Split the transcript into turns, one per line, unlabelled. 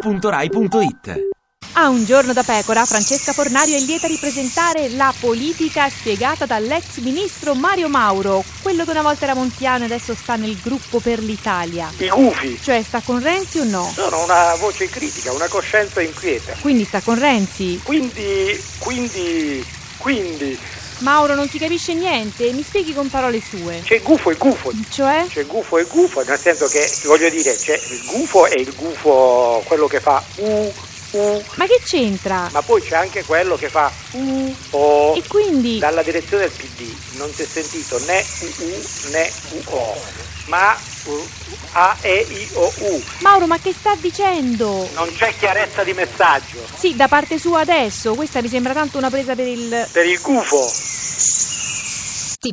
radio2pod.rai.it
A un giorno da pecora, Francesca Fornario è lieta di presentare la politica spiegata dall'ex ministro Mario Mauro, quello che una volta era Montiano e adesso sta nel gruppo per l'Italia.
I gufi
Cioè sta con Renzi o no?
sono una voce critica, una coscienza inquieta.
Quindi sta con Renzi.
Quindi, quindi, quindi,
Mauro non si capisce niente, mi spieghi con parole sue.
c'è gufo e gufo.
Cioè?
C'è gufo e gufo, nel senso che, voglio dire, c'è il gufo e il gufo, quello che fa u, u,
Ma che c'entra?
ma poi c'è anche quello che fa u, o.
E quindi?
Dalla direzione del PD non si è sentito né UU né UO, ma uh, A, E, I, O, U.
Mauro, ma che sta dicendo?
Non c'è chiarezza di messaggio.
Sì, da parte sua adesso, questa mi sembra tanto una presa per il...
Per il gufo.
Ti